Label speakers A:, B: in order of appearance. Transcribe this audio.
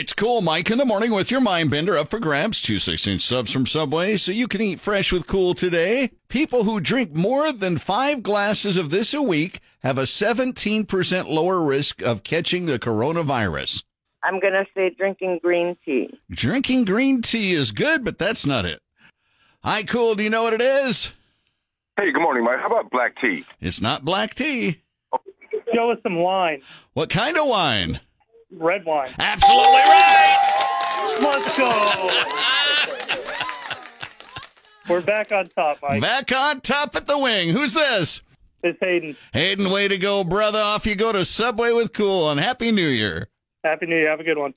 A: It's cool, Mike, in the morning with your mind bender up for grabs. Two six inch subs from Subway, so you can eat fresh with cool today. People who drink more than five glasses of this a week have a 17% lower risk of catching the coronavirus.
B: I'm going to say drinking green tea.
A: Drinking green tea is good, but that's not it. Hi, cool. Do you know what it is?
C: Hey, good morning, Mike. How about black tea?
A: It's not black tea.
D: Go with some wine,
A: What kind of wine?
D: red wine.
A: Absolutely right.
D: Let's go. We're back on top, Mike.
A: Back on top at the wing. Who's this?
D: It's Hayden.
A: Hayden, way to go, brother. Off you go to Subway with Cool, and Happy New Year.
D: Happy New Year. Have a good one.